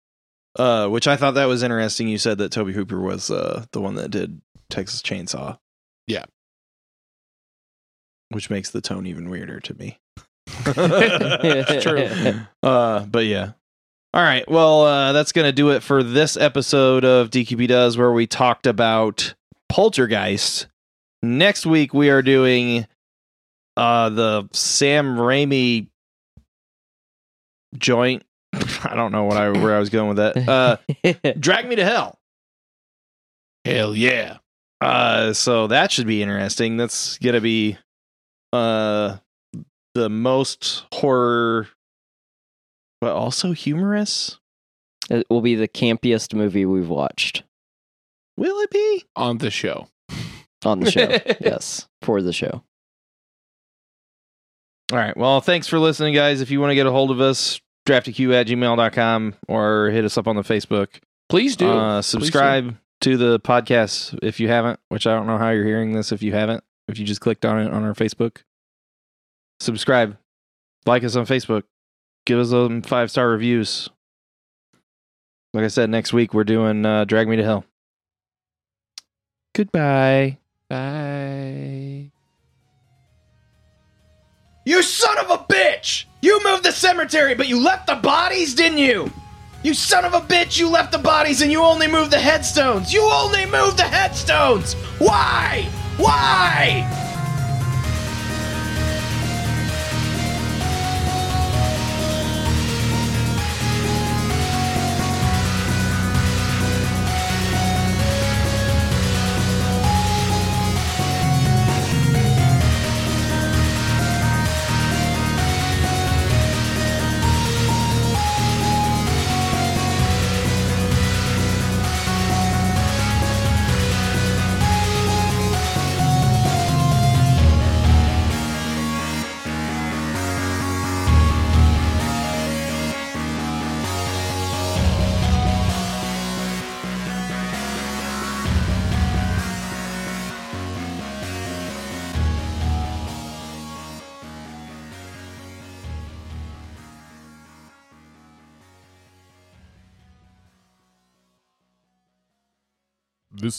S4: Uh, which I thought that was interesting. You said that Toby Hooper was uh, the one that did Texas Chainsaw.
S3: Yeah.
S4: Which makes the tone even weirder to me.
S3: It's
S2: true.
S4: Uh, but yeah.
S1: All right. Well, uh, that's going to do it for this episode of DQB Does, where we talked about Poltergeist. Next week, we are doing uh, the Sam Raimi joint. I don't know what I where I was going with that. Uh, Drag Me to Hell.
S3: Hell yeah.
S1: Uh, so that should be interesting. That's gonna be uh the most horror, but also humorous.
S2: it will be the campiest movie we've watched
S1: Will it be?
S3: On the show.
S2: on the show. yes. For the show.
S1: All right. Well, thanks for listening, guys. If you want to get a hold of us, draftyq at gmail.com or hit us up on the Facebook.
S3: Please do.
S1: Uh, subscribe to the podcast if you haven't, which I don't know how you're hearing this if you haven't, if you just clicked on it on our Facebook. Subscribe, like us on Facebook, give us some five star reviews. Like I said, next week we're doing uh, Drag Me to Hell. Goodbye.
S3: Bye.
S1: You son of a bitch! You moved the cemetery, but you left the bodies, didn't you? You son of a bitch, you left the bodies and you only moved the headstones! You only moved the headstones! Why? Why?
S5: This